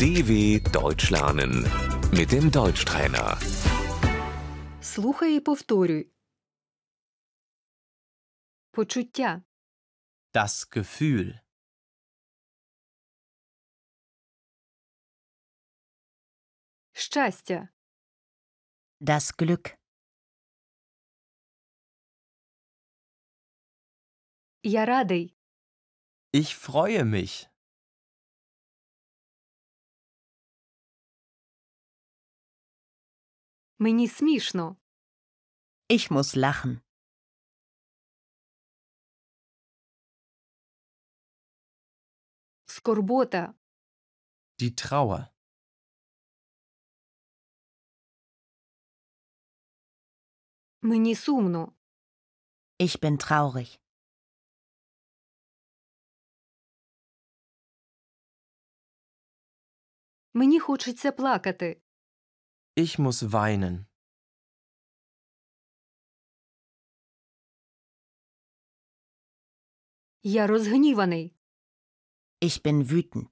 DW Deutsch lernen mit dem Deutschtrainer. Слухай і повторюй. Почуття, Das Gefühl. щастя, Das Glück, я радий, Ich freue mich. мені смішно, ich muss lachen. скорбота, Die Trauer. мені сумно, Ich bin traurig. мені хочеться плакати, Ich muss weinen. я розгніваний, Ich bin wütend.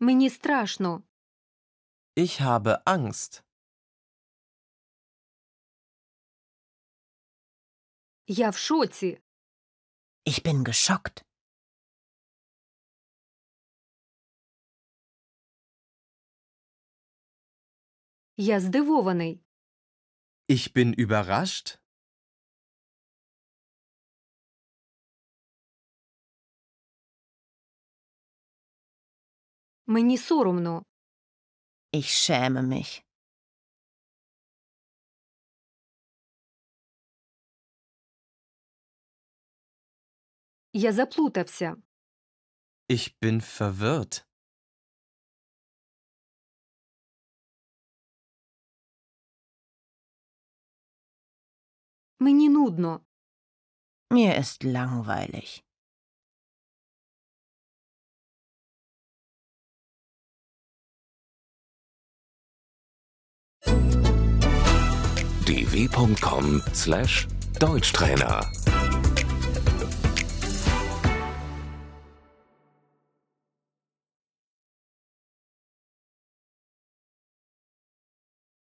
мені страшно, Ich habe Angst. я в шоці, Ich bin geschockt. я здивований, Ich bin überrascht. мені соромно, Ich schäme mich. я заплутався, Ich bin verwirrt. мені нудно, Mir ist langweilig. dw.com/deutschtrainer